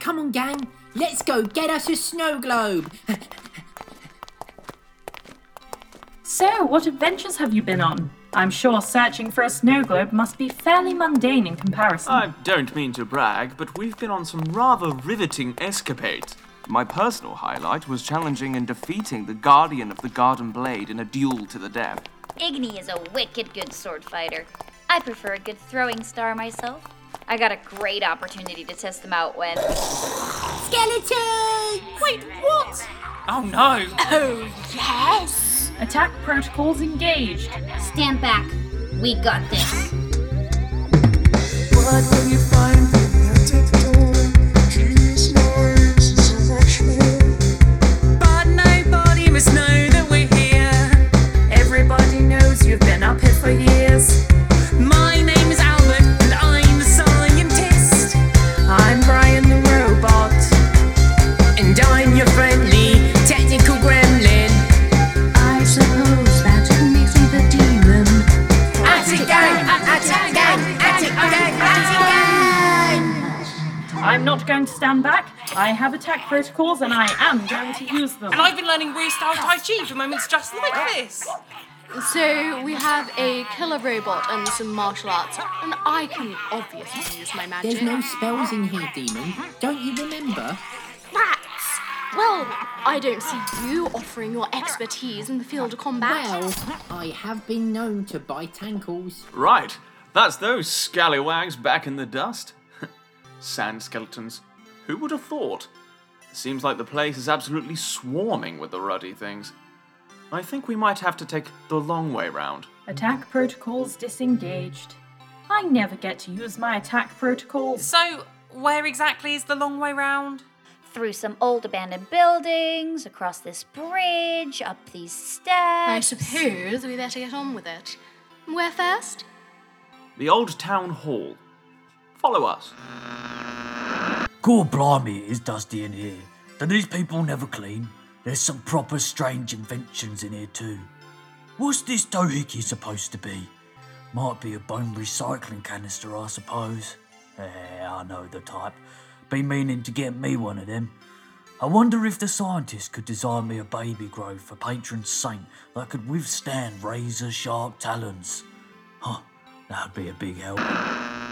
Come on, gang. Let's go get us a snow globe. So, what adventures have you been on? I'm sure searching for a snow globe must be fairly mundane in comparison. I don't mean to brag, but we've been on some rather riveting escapades. My personal highlight was challenging and defeating the Guardian of the Garden Blade in a duel to the death. Igni is a wicked good sword fighter. I prefer a good throwing star myself. I got a great opportunity to test them out when. Skeleton! Wait, what? Oh no! Yes! Attack protocols engaged. Stand back. We got this. What will you find behind the door? Trees, noise, and so much more. But nobody must know that we're here. Everybody knows you've been up here for years. My name is Albert, and I'm a scientist. I'm Brian the robot, and I'm your friendly technical gremlin. I suppose that makes me the demon. Attican, Attican, Attican, Attican. I'm not going to stand back. I have attack protocols and I am going to use them. And I've been learning restyle Tai Chi for moments just like this. So we have a killer robot and some martial arts, and I can obviously use my magic. There's no spells in here, demon. Don't you remember? rats. Well, I don't see you offering your expertise in the field of combat. Well, I have been known to bite ankles. Right, that's those scallywags back in the dust. Sand skeletons. Who would have thought? Seems like the place is absolutely swarming with the ruddy things. I think we might have to take the long way round. Attack protocols disengaged. I never get to use my attack protocols. So, where exactly is the long way round? Through some old abandoned buildings, across this bridge, up these I steps. suppose we better get on with it. Where first? The old town hall. Follow us. God blimey, it is dusty in here. Do these people never clean? There's some proper strange inventions in here too. What's this doohickey supposed to be? Might be a bone recycling canister, I suppose. Eh, I know the type. Been meaning to get me one of them. I wonder if the scientist could design me a baby grove for patron saint that could withstand razor sharp talons. Huh, that'd be a big help.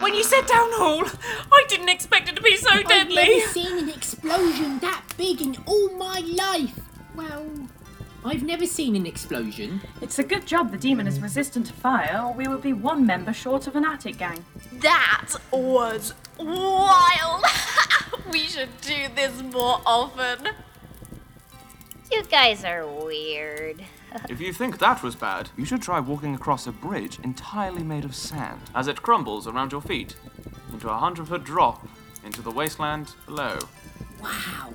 When you said down hall, I didn't expect it to be so I've deadly. never seen an explosion that big in all my life. Well, I've never seen an explosion. It's a good job the demon is resistant to fire, or we would be one member short of an attic gang. That was wild. we should do this more often. You guys are weird. If you think that was bad, you should try walking across a bridge entirely made of sand as it crumbles around your feet into a hundred foot drop into the wasteland below. Wow.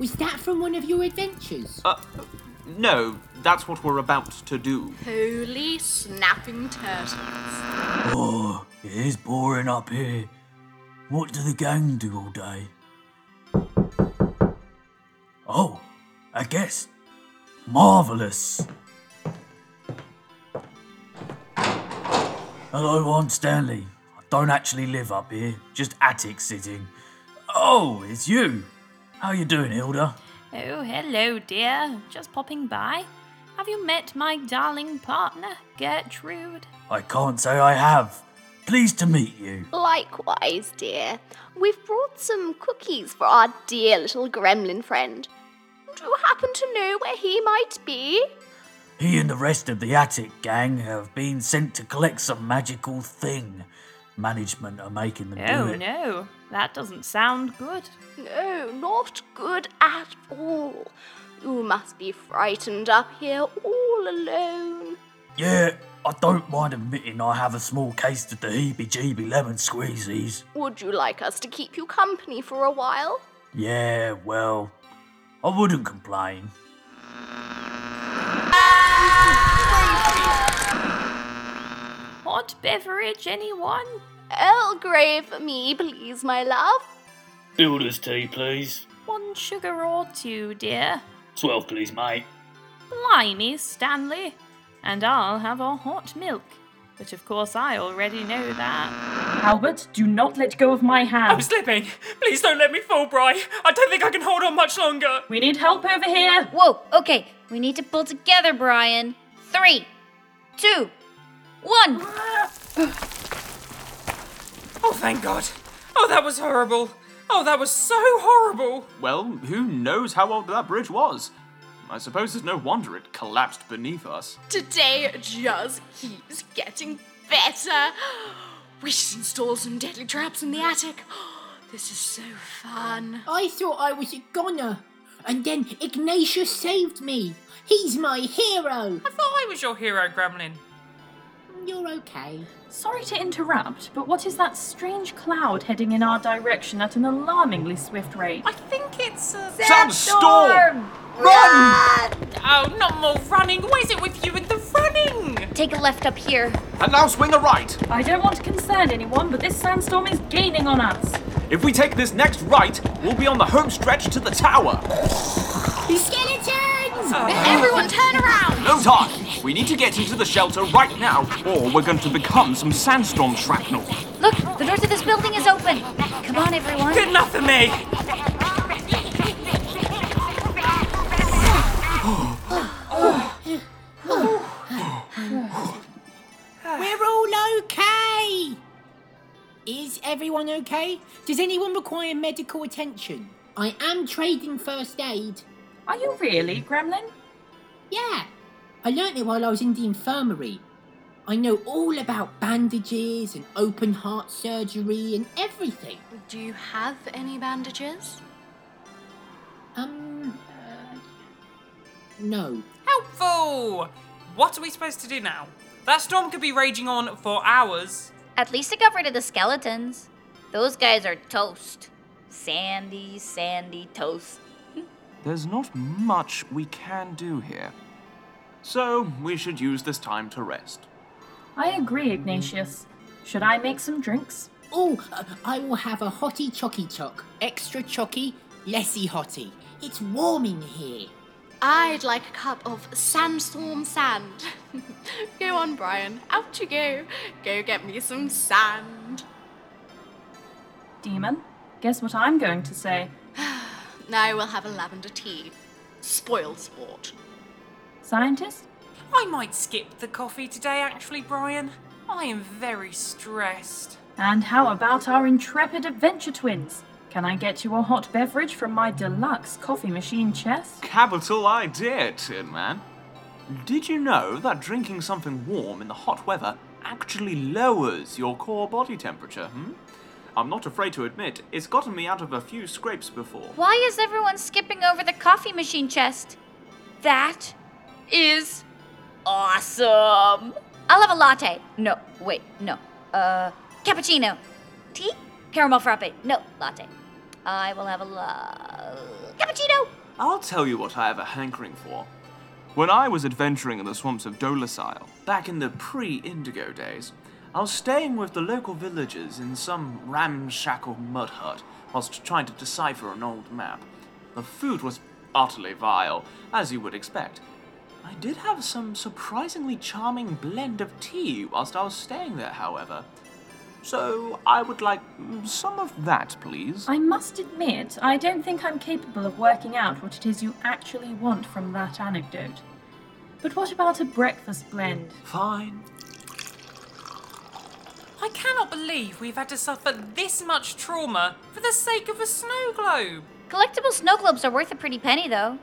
Was that from one of your adventures? Uh, no, that's what we're about to do. Holy snapping turtles. Oh, it is boring up here. What do the gang do all day? Oh, I guess. Marvellous. Hello, I'm Stanley. I don't actually live up here, just attic sitting. Oh, it's you. How you doing, Hilda? Oh, hello, dear. Just popping by. Have you met my darling partner, Gertrude? I can't say I have. Pleased to meet you. Likewise, dear. We've brought some cookies for our dear little gremlin friend. Do you happen to know where he might be? He and the rest of the Attic gang have been sent to collect some magical thing. Management are making them do Oh, it. no. That doesn't sound good. No, not good at all. You must be frightened up here all alone. Yeah, I don't mind admitting I have a small case of the heebie-jeebie lemon squeezies. Would you like us to keep you company for a while? Yeah, well, I wouldn't complain. Hot beverage, anyone? Earl Grey for me, please, my love. Builder's tea, please. One sugar or two, dear. Twelve, please, mate. Blimey, Stanley. And I'll have a hot milk. But of course, I already know that. Albert, do not let go of my hand. Oh, I'm slipping. Please don't let me fall, Bry. I don't think I can hold on much longer. We need help over here. Whoa, okay. We need to pull together, Brian. Three, two, one. Oh, thank God. Oh, that was horrible. Oh, that was so horrible. Well, who knows how old that bridge was? I suppose it's no wonder it collapsed beneath us. Today just keeps getting better. We should install some deadly traps in the attic. This is so fun. I thought I was a goner, and then Ignatius saved me. He's my hero. I thought I was your hero, Gremlin. You're okay. Sorry to interrupt, but what is that strange cloud heading in our direction at an alarmingly swift rate? I think it's uh, a Sandstorm! Run! Oh, not more running. What is it with you and the running? Take a left up here. And now swing a right. I don't want to concern anyone, but this sandstorm is gaining on us. If we take this next right, we'll be on the home stretch to the tower. Skeletons! Everyone turn around! No time. We need to get into the shelter right now, or we're going to become some sandstorm shrapnel. Look, the door to this building is open. Come on, everyone. Good enough for me. We're all okay. Is everyone okay? Does anyone require medical attention? I am trading first aid. Are you really, Gremlin? Yeah. I learnt it while I was in the infirmary. I know all about bandages and open heart surgery and everything. Do you have any bandages? Um, uh, no. Helpful. What are we supposed to do now? That storm could be raging on for hours. At least it got rid of the skeletons. Those guys are toast. Sandy, sandy toast. There's not much we can do here. So, we should use this time to rest. I agree, Ignatius. Should I make some drinks? Oh, uh, I will have a hottie chocky chock. Extra chocky, lessy hottie. It's warming here. I'd like a cup of sandstorm sand. go on, Brian. Out you go. Go get me some sand. Demon, guess what I'm going to say? Now we'll have a lavender tea. Spoil sport. Scientist? I might skip the coffee today, actually, Brian. I am very stressed. And how about our intrepid adventure twins? Can I get you a hot beverage from my deluxe coffee machine chest? Capital idea, Tin Man. Did you know that drinking something warm in the hot weather actually lowers your core body temperature? Hmm? I'm not afraid to admit, it's gotten me out of a few scrapes before. Why is everyone skipping over the coffee machine chest? That is awesome. I'll have a latte. No, wait, no. Uh, cappuccino. Tea? Caramel frappe. No, latte. I will have a la- cappuccino. I'll tell you what I have a hankering for. When I was adventuring in the swamps of Dolosile, back in the pre Indigo days, I was staying with the local villagers in some ramshackle mud hut whilst trying to decipher an old map. The food was utterly vile, as you would expect. I did have some surprisingly charming blend of tea whilst I was staying there, however. So I would like mm, some of that, please. I must admit, I don't think I'm capable of working out what it is you actually want from that anecdote. But what about a breakfast blend? Fine. I cannot believe we've had to suffer this much trauma for the sake of a snow globe. Collectible snow globes are worth a pretty penny, though.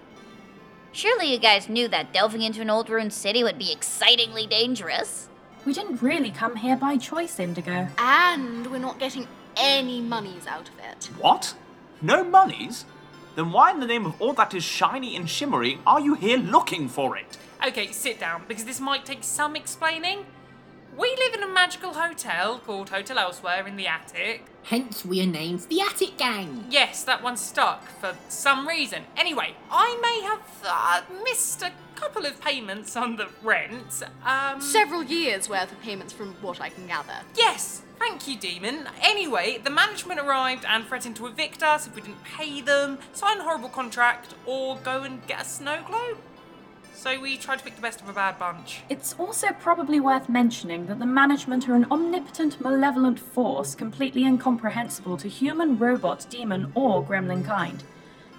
Surely you guys knew that delving into an old ruined city would be excitingly dangerous. We didn't really come here by choice, Indigo. And we're not getting any monies out of it. What? No monies? Then why in the name of all that is shiny and shimmery are you here looking for it? Okay, sit down, because this might take some explaining. We live in a magical hotel called Hotel Elsewhere in the attic. Hence, we are named the Attic Gang. Yes, that one stuck for some reason. Anyway, I may have uh, missed a couple of payments on the rent. Um, Several years worth of payments from what I can gather. yes, thank you, Demon. Anyway, the management arrived and threatened to evict us if we didn't pay them, sign a horrible contract, or go and get a snow globe. So we tried to pick the best of a bad bunch. It's also probably worth mentioning that the management are an omnipotent, malevolent force completely incomprehensible to human, robot, demon, or gremlin kind.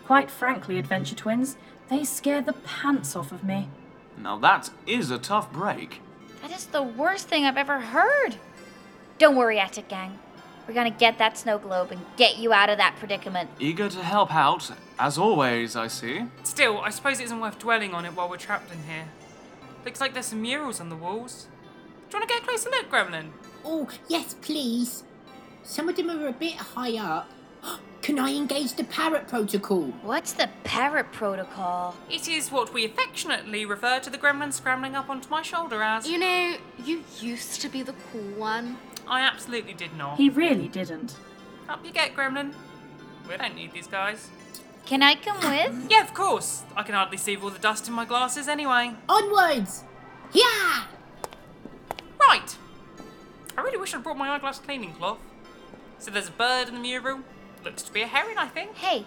Quite frankly, Adventure Twins, they scare the pants off of me. Now that is a tough break. That is the worst thing I've ever heard. Don't worry, Attic Gang. We're gonna get that snow globe and get you out of that predicament. Eager to help out, as always, I see. Still, I suppose it isn't worth dwelling on it while we're trapped in here. Looks like there's some murals on the walls. Do you want to get a closer look, Gremlin? Oh, yes, please. Some of them are a bit high up. Can I engage the parrot protocol? What's the parrot protocol? It is what we affectionately refer to the gremlin scrambling up onto my shoulder as. You know, you used to be the cool one. I absolutely did not. He really didn't. Up you get, Gremlin. We don't need these guys. Can I come with? Yeah, of course. I can hardly see with all the dust in my glasses anyway. Onwards! Yeah! Right! I really wish I'd brought my eyeglass cleaning cloth. So there's a bird in the mural. Looks to be a heron, I think. Hey,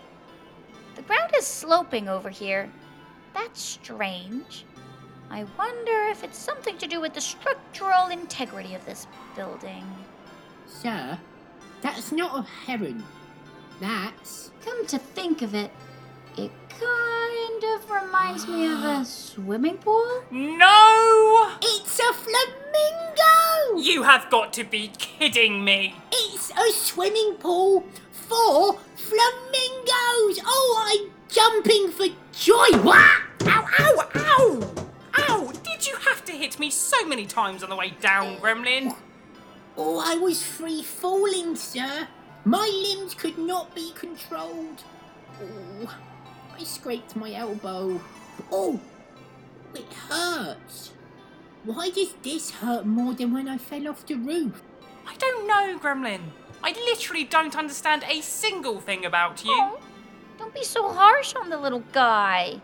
the ground is sloping over here. That's strange. I wonder if it's something to do with the structural integrity of this building. Sir, that's not a heron. That's. Come to think of it, it kind of reminds me of a swimming pool. No! It's a flamingo! You have got to be kidding me! It's a swimming pool for flamingos! Oh, I'm jumping for joy! Wah! Ow, ow, ow! Ow! Did you have to hit me so many times on the way down, Gremlin? Oh, I was free falling, sir. My limbs could not be controlled. Oh, I scraped my elbow. Oh, it hurts. Why does this hurt more than when I fell off the roof? I don't know, Gremlin. I literally don't understand a single thing about you. Oh, don't be so harsh on the little guy.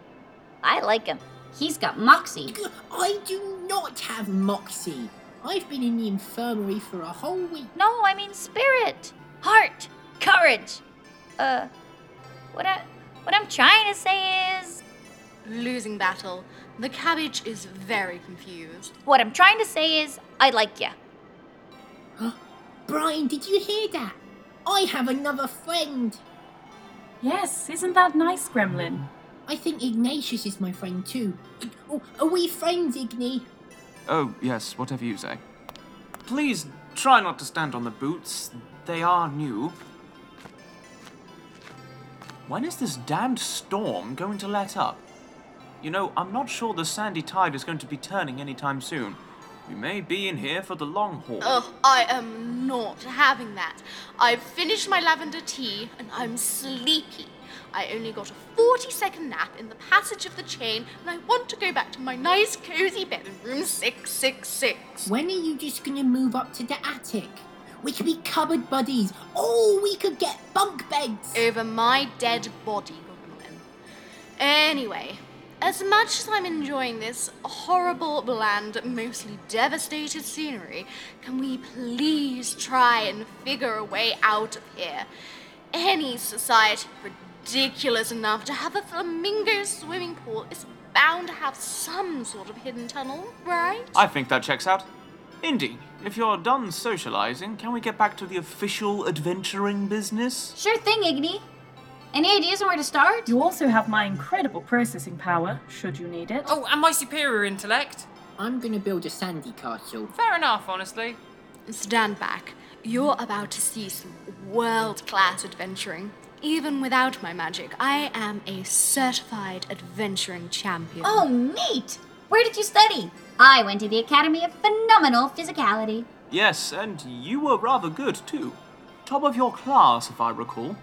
I like him. He's got moxie. I do not have moxie. I've been in the infirmary for a whole week. No, I mean spirit, heart, courage. Uh, what I what I'm trying to say is Losing battle. The cabbage is very confused. what I'm trying to say is I like ya. Brian, did you hear that? I have another friend. Yes, isn't that nice, Gremlin? I think Ignatius is my friend too. Oh, are we friends, Igni? Oh, yes, whatever you say. Please try not to stand on the boots. They are new. When is this damned storm going to let up? You know, I'm not sure the sandy tide is going to be turning anytime soon. We may be in here for the long haul. Ugh, I am not having that. I've finished my lavender tea and I'm sleepy. I only got a 40 second nap in the passage of the chain and I want to go back to my nice cozy bed in room 666. When are you just gonna move up to the attic? We could be cupboard buddies. Oh, we could get bunk beds. Over my dead body, Goblin. Anyway, as much as I'm enjoying this horrible, bland, mostly devastated scenery, can we please try and figure a way out of here? Any society ridiculous enough to have a flamingo swimming pool is bound to have some sort of hidden tunnel, right? I think that checks out. Indy, if you're done socializing, can we get back to the official adventuring business? Sure thing, Igni. Any ideas on where to start? You also have my incredible processing power, should you need it. Oh, and my superior intellect. I'm gonna build a sandy castle. Fair enough, honestly. Stand back. You're about to see some world class adventuring. Even without my magic, I am a certified adventuring champion. Oh, neat! Where did you study? I went to the Academy of Phenomenal Physicality. Yes, and you were rather good too. Top of your class, if I recall.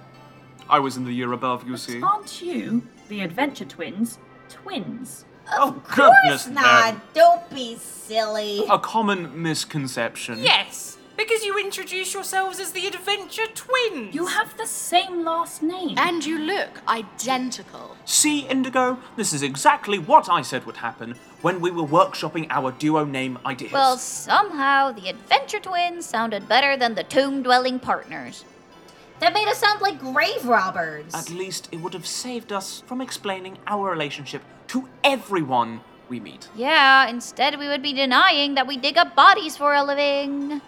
I was in the year above, you see. Aren't you, the Adventure Twins, twins? Oh, goodness, no. Don't be silly. A common misconception. Yes, because you introduce yourselves as the Adventure Twins. You have the same last name. And you look identical. See, Indigo, this is exactly what I said would happen when we were workshopping our duo name ideas. Well, somehow the Adventure Twins sounded better than the Tomb Dwelling Partners. That made us sound like grave robbers. At least it would have saved us from explaining our relationship to everyone we meet. Yeah, instead we would be denying that we dig up bodies for a living.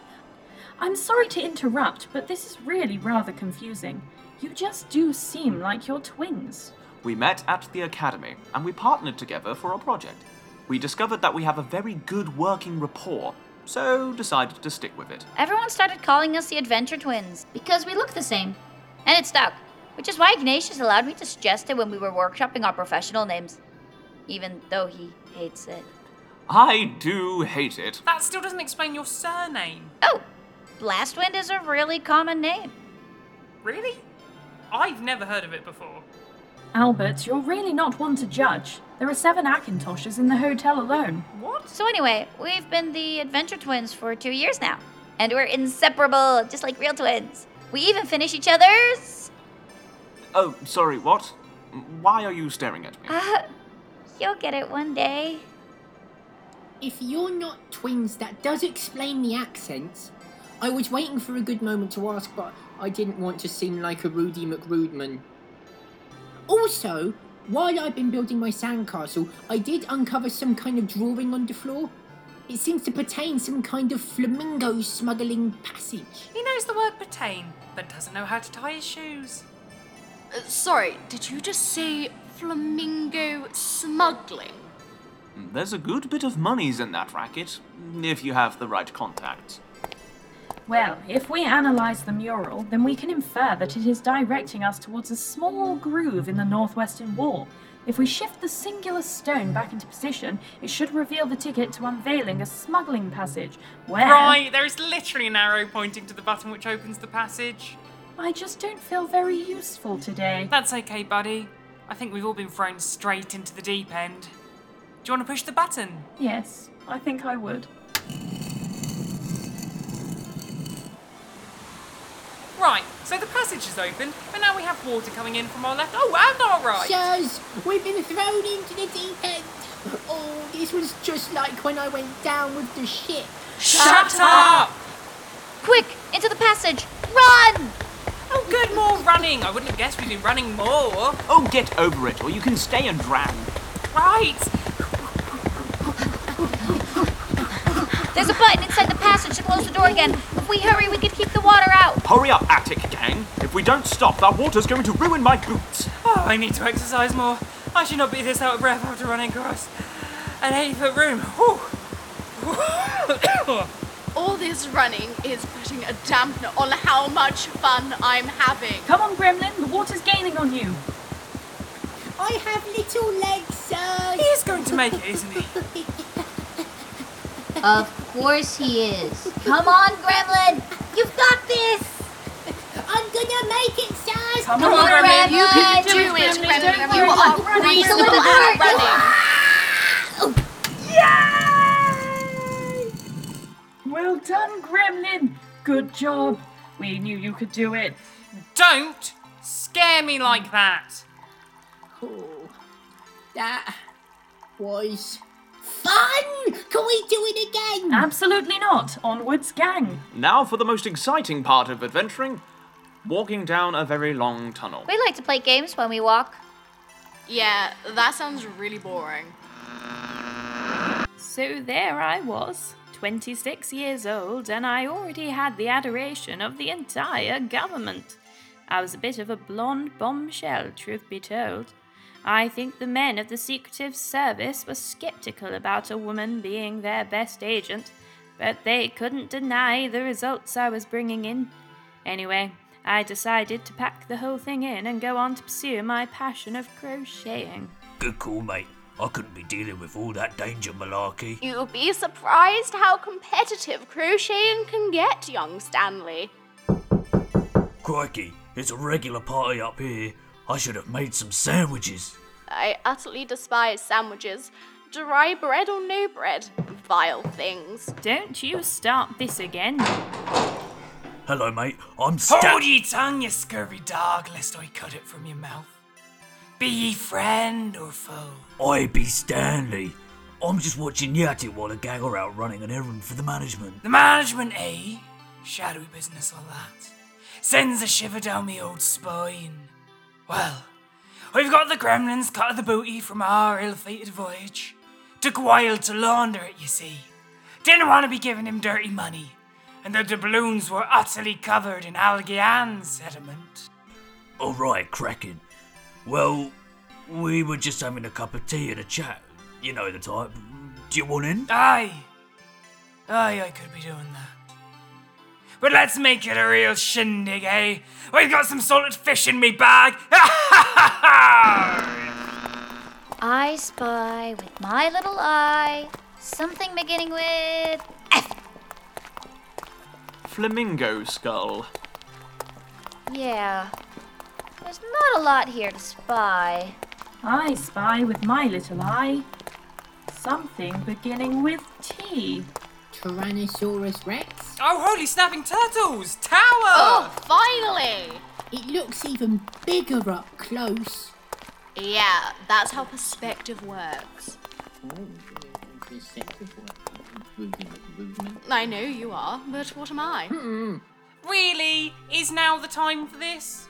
I'm sorry to interrupt, but this is really rather confusing. You just do seem like you're twins. We met at the academy and we partnered together for a project. We discovered that we have a very good working rapport, so decided to stick with it. Everyone started calling us the Adventure Twins because we look the same. And it stuck, which is why Ignatius allowed me to suggest it when we were workshopping our professional names, even though he hates it. I do hate it. That still doesn't explain your surname. Blastwind Oh, is a really common name. Really? I've never heard of it before. Albert, you're really not one to judge. There are seven Akintoshes in the hotel alone. What? So, anyway, we've been the Adventure Twins for two years now, and we're inseparable, just like real twins. We even finish each other's. Oh, sorry, what? M- Why are you staring at me? Uh, you'll get it one day. If you're not twins, that does explain the accents. I was waiting for a good moment to ask, but I didn't want to seem like a Rudy McRudeman. Also, while I've been building my sandcastle, I did uncover some kind of drawing on the floor. It seems to pertain some kind of flamingo smuggling passage. He knows the word pertain, but doesn't know how to tie his shoes. Uh, sorry, did you just say flamingo smuggling? There's a good bit of money's in that racket, if you have the right contacts. Well, if we analyze the mural, then we can infer that it is directing us towards a small groove in the northwestern wall. If we shift the singular stone back into position, it should reveal the ticket to unveiling a smuggling passage where. Right, there is literally an arrow pointing to the button which opens the passage. I just don't feel very useful today. That's okay, buddy. I think we've all been thrown straight into the deep end. Do you want to push the button? Yes, I think I would. Right, so the passage is opened, but now we have water coming in from our left. Oh, and our right! Sirs, we've been thrown into the deep end. Oh, this was just like when I went down with the ship. Shut up! Quick, into the passage! Run! Oh, good, more running! I wouldn't have guessed we'd be running more. Oh, get over it, or you can stay and drown. Right! There's a button inside the passage to close the door again. If we hurry, we can keep the water out. Hurry up, Attic Gang. If we don't stop, that water's going to ruin my boots. Oh, I need to exercise more. I should not be this out of breath after running across an eight foot room. Whew. All this running is putting a dampener on how much fun I'm having. Come on, Gremlin, the water's gaining on you. I have little legs, sirs. he is going to make it, isn't he? Of course he is. Come on, Gremlin! You've got this! I'm gonna make it, sirs. Come Come on, Gremlin! You can do Do it, it, Gremlin. Don't worry Gremlin. You about are running. reasonable Don't at worry. running. Well done, Gremlin. Good job. We knew you could do it. Don't scare me like that. Oh, that was fun. Can we do it again? Ah. Absolutely not. Onwards, gang. Now for the most exciting part of adventuring walking down a very long tunnel. We like to play games when we walk. Yeah, that sounds really boring. So there I was, 26 years old, and I already had the adoration of the entire government. I was a bit of a blonde bombshell, truth be told. I think the men of the Secretive Service were skeptical about a woman being their best agent, but they couldn't deny the results I was bringing in. Anyway, I decided to pack the whole thing in and go on to pursue my passion of crocheting. Good call, mate. I couldn't be dealing with all that danger malarkey. You'll be surprised how competitive crocheting can get, young Stanley. Crikey, it's a regular party up here. I should have made some sandwiches. I utterly despise sandwiches. Dry bread or no bread, vile things. Don't you start this again. Hello, mate. I'm Hold Stan. ye tongue, ye scurvy dog, lest I cut it from your mouth. Be ye friend or foe. I be Stanley. I'm just watching Yati while the gang are out running an errand for the management. The management, eh? Shadowy business, all that. Sends a shiver down me old spine. Well, We've got the gremlins cut of the booty from our ill-fated voyage. Took a while to launder it, you see. Didn't want to be giving him dirty money, and the doubloons were utterly covered in algae and sediment. All right, cracking. Well, we were just having a cup of tea and a chat. You know the type. Do you want in? Aye. Aye, I could be doing that. But let's make it a real shindig, eh? We've got some salted fish in me bag. I spy with my little eye something beginning with. Flamingo skull. Yeah. There's not a lot here to spy. I spy with my little eye something beginning with T. Tyrannosaurus Rex? Oh, holy snapping turtles! Tower! Oh. finally! It looks even bigger up close. Yeah, that's how perspective works. I know you are, but what am I? Really? Is now the time for this?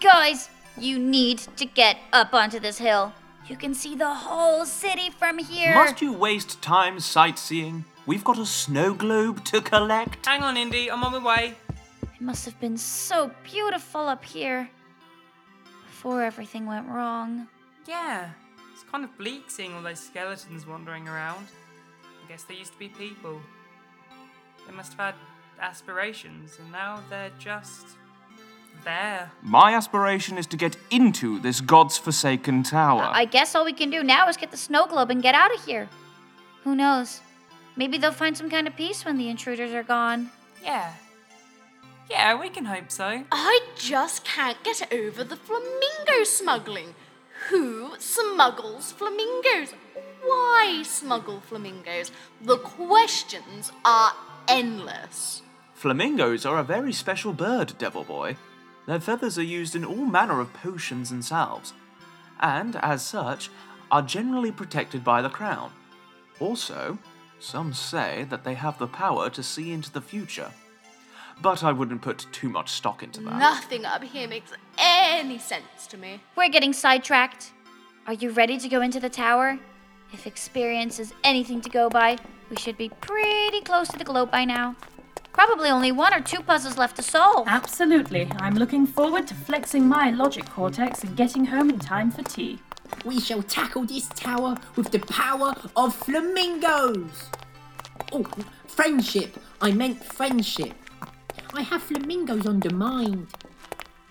Guys, you need to get up onto this hill. You can see the whole city from here. Must you waste time sightseeing? We've got a snow globe to collect. Hang on, Indy, I'm on my way. It must have been so beautiful up here before everything went wrong. Yeah. It's kind of bleak seeing all those skeletons wandering around. I guess they used to be people. They must have had aspirations, and now they're just there. My aspiration is to get into this god's forsaken tower. I guess all we can do now is get the snow globe and get out of here. Who knows? Maybe they'll find some kind of peace when the intruders are gone. Yeah. Yeah, we can hope so. I just can't get over the flamingo smuggling. Who smuggles flamingos? Why smuggle flamingos? The questions are endless. Flamingos are a very special bird, Devil Boy. Their feathers are used in all manner of potions and salves, and as such, are generally protected by the crown. Also, some say that they have the power to see into the future. But I wouldn't put too much stock into that. Nothing up here makes any sense to me. We're getting sidetracked. Are you ready to go into the tower? If experience is anything to go by, we should be pretty close to the globe by now. Probably only one or two puzzles left to solve. Absolutely. I'm looking forward to flexing my logic cortex and getting home in time for tea. We shall tackle this tower with the power of flamingos. Oh, friendship. I meant friendship. I have flamingos under mind.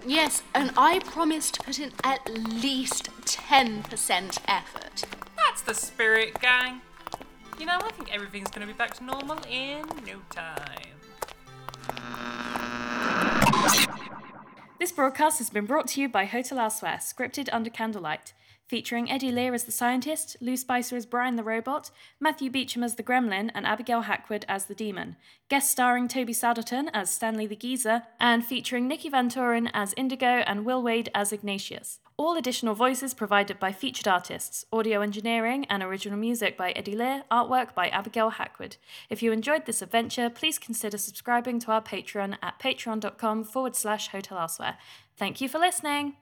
Yes, and I promise to put in at least 10% effort. That's the spirit, gang. You know, I think everything's gonna be back to normal in no time. This broadcast has been brought to you by Hotel Elsewhere, scripted under candlelight, featuring Eddie Lear as the scientist, Lou Spicer as Brian the robot, Matthew Beecham as the gremlin, and Abigail Hackwood as the demon. Guest starring Toby Sadlerton as Stanley the geezer, and featuring Nikki Van Toren as Indigo and Will Wade as Ignatius. All additional voices provided by featured artists, audio engineering and original music by Eddie Lear, artwork by Abigail Hackwood. If you enjoyed this adventure, please consider subscribing to our Patreon at patreon.com forward slash hotel elsewhere. Thank you for listening!